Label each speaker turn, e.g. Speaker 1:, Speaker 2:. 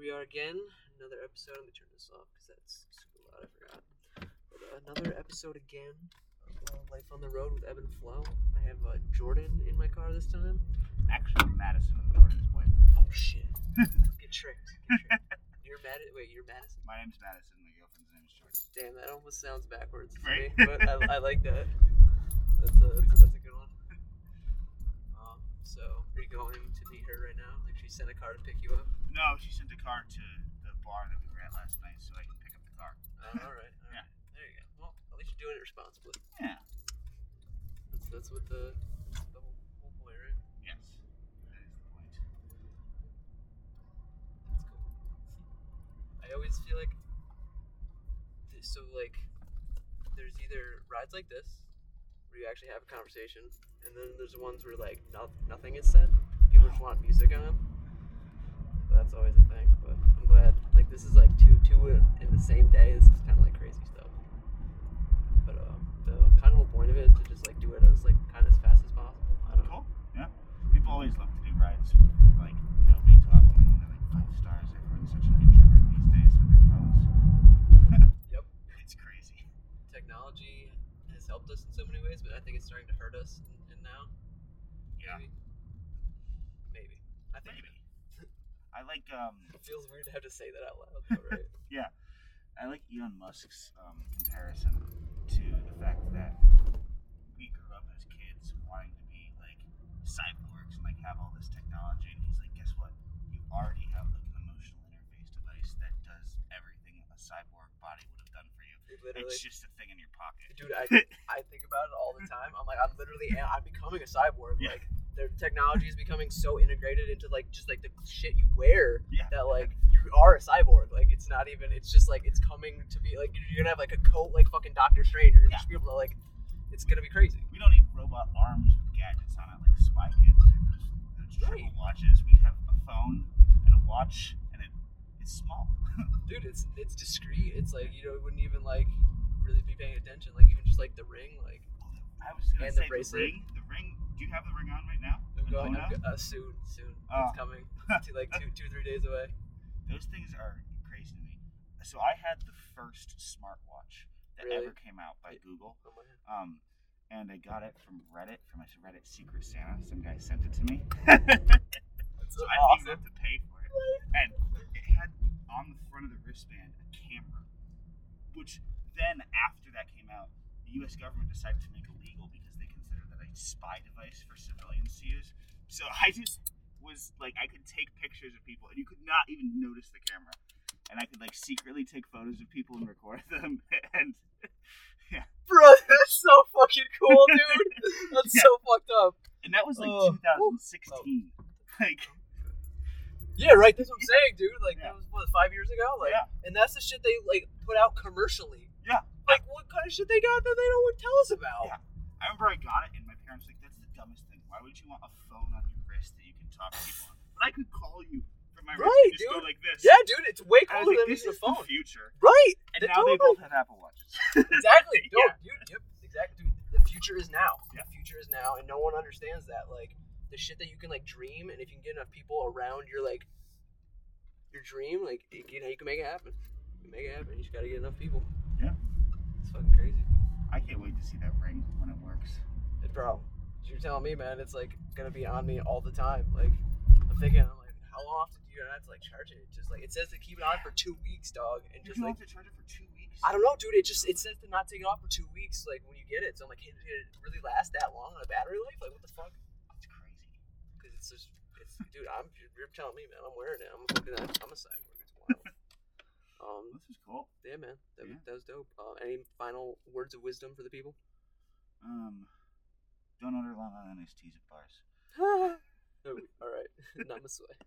Speaker 1: we are again. Another episode. Let me turn this off because that's super loud. I forgot. But, uh, another episode again. Of, uh, Life on the road with Ebb and Flow. I have uh, Jordan in my car this time.
Speaker 2: Actually, Madison and Jordan's boyfriend.
Speaker 1: Oh shit! Get tricked. Get tricked. You're mad. Wait, you're Madison.
Speaker 2: My name's Madison. My girlfriend's name is Jordan.
Speaker 1: Damn, that almost sounds backwards. to
Speaker 2: Right?
Speaker 1: me, but I, I like that. That's a, that's a that's a good one. Um, so are you going to meet her right now? Like she sent a car to pick you up.
Speaker 2: No, she sent a car to the bar that we were at last night so I can pick up the car.
Speaker 1: Oh, all right. All right.
Speaker 2: Yeah.
Speaker 1: There you go. Well, at least you're doing it responsibly.
Speaker 2: Yeah.
Speaker 1: That's, that's what the, the whole, whole point, right?
Speaker 2: Yes. That is the point.
Speaker 1: That's cool. I always feel like th- so like there's either rides like this where you actually have a conversation, and then there's ones where like not, nothing is said. People just want music on. That's always a thing. But I'm glad like this is like two two in in the same day. This is kind of like crazy stuff. But uh, the kind of whole point of it is to just like do it as like kind of as fast as possible. I don't know.
Speaker 2: Cool. Yeah. People always love to do rides with like nobody talking and they're like five stars. Everyone's such an introvert these days with their phones.
Speaker 1: Yep.
Speaker 2: It's crazy.
Speaker 1: technology has helped us in so many ways, but I think it's starting to hurt us in, in now.
Speaker 2: Yeah.
Speaker 1: Maybe. Maybe. I think
Speaker 2: Maybe. I like um
Speaker 1: it feels weird to have to say that out loud, though, right?
Speaker 2: I like Elon Musk's um, comparison to the fact that we grew up as kids wanting to be like cyborgs and like have all this technology, and he's like, guess what? You already have like an emotional interface device that does everything a cyborg body would have done for you.
Speaker 1: Dude, literally.
Speaker 2: It's just a thing in your pocket.
Speaker 1: Dude, I, I think about it all the time. I'm like, I'm literally, I'm becoming a cyborg.
Speaker 2: Yeah.
Speaker 1: Like, their technology is becoming so integrated into like just like the shit you wear
Speaker 2: Yeah.
Speaker 1: that like you are a cyborg. Like, it's not even. It's just like it's coming to be like you're gonna have like a coat like fucking Doctor Strange. You're gonna just
Speaker 2: Yeah.
Speaker 1: be able to like, it's gonna be crazy.
Speaker 2: We don't need robot arms with gadgets on it like Spy Kids or those, those triple
Speaker 1: Right.
Speaker 2: watches. We have a phone and a watch, and it, it's small.
Speaker 1: dude it's it's discreet it's like you know it wouldn't even like really be paying attention like even just like the ring like
Speaker 2: I was
Speaker 1: And
Speaker 2: gonna
Speaker 1: the
Speaker 2: say the,
Speaker 1: bracelet.
Speaker 2: ring. The ring. Do you have the ring on right now?
Speaker 1: i'm
Speaker 2: The
Speaker 1: going
Speaker 2: Mona?
Speaker 1: I'm go- uh, soon soon
Speaker 2: Oh.
Speaker 1: it's coming to like two two three days away
Speaker 2: Those things are crazy to me. So I had the first smartwatch that
Speaker 1: Really?
Speaker 2: ever came out by
Speaker 1: Yeah.
Speaker 2: Google,
Speaker 1: oh my God.
Speaker 2: um, and I got it from Reddit from a Reddit Secret Santa. Some guy sent it to me,
Speaker 1: that's so
Speaker 2: so I didn't even
Speaker 1: awesome
Speaker 2: have to pay for it. And it had on the front of the wristband a camera, which then after that came out, the U.S. government decided to make illegal because they consider that a spy device for civilians to use. So I just was like, I could take pictures of people, and you could not even notice the camera, and I could like secretly take photos of people and record them, and
Speaker 1: bro that's so fucking cool dude that's so fucked up
Speaker 2: and that was like
Speaker 1: Oh.
Speaker 2: 2016. Like,
Speaker 1: yeah right that's what i'm saying dude like
Speaker 2: Yeah.
Speaker 1: that was what five years ago like
Speaker 2: yeah,
Speaker 1: and that's the shit they like put out commercially
Speaker 2: Yeah.
Speaker 1: like what kind of shit they got that they don't want to tell us about
Speaker 2: Yeah. I remember I got it, and my parents were like, that's the dumbest thing. Why would you want a phone on your wrist that you can talk to people on? But I could call you from my wrist
Speaker 1: Right,
Speaker 2: and just
Speaker 1: dude.
Speaker 2: go like this.
Speaker 1: yeah dude it's way
Speaker 2: I
Speaker 1: cooler
Speaker 2: was
Speaker 1: than
Speaker 2: like, this
Speaker 1: using a
Speaker 2: is
Speaker 1: phone
Speaker 2: the future.
Speaker 1: right
Speaker 2: And
Speaker 1: They
Speaker 2: now they
Speaker 1: totally-
Speaker 2: both have Apple Watches.
Speaker 1: exactly. No,
Speaker 2: Yeah.
Speaker 1: dude, yep, exactly. Dude, the future is now.
Speaker 2: Yeah.
Speaker 1: The future is now, and no one understands that. Like the shit that you can like dream, and if you can get enough people around your like your dream, like you, you know, you can make it happen. You can make it happen. You just gotta get enough people.
Speaker 2: Yeah.
Speaker 1: it's fucking crazy,
Speaker 2: I can't wait to see that ring when it works.
Speaker 1: And, bro. You're telling me, man, it's like gonna be on me all the time. Like I'm thinking, I'm like, how often do you have to like charge it? It's just like it says to keep it on for two weeks, dog, and
Speaker 2: You
Speaker 1: just
Speaker 2: can
Speaker 1: like
Speaker 2: have to charge it for two weeks.
Speaker 1: I don't know, dude. It just it says to not take it off for two weeks. Like when you get it, so I'm like, hey, did it really last that long on a battery life? Like what the fuck?
Speaker 2: It's crazy.
Speaker 1: Because it's just, it's, dude. I'm you're telling me, man. I'm wearing it. I'm fucking. I'm a cyborg. It's wild. um,
Speaker 2: This is cool.
Speaker 1: yeah, man. That,
Speaker 2: Yeah.
Speaker 1: that was dope. Uh, any final words of wisdom for the people?
Speaker 2: Um, don't order Long Island iced teas at bars.
Speaker 1: Oh, All right, namaste.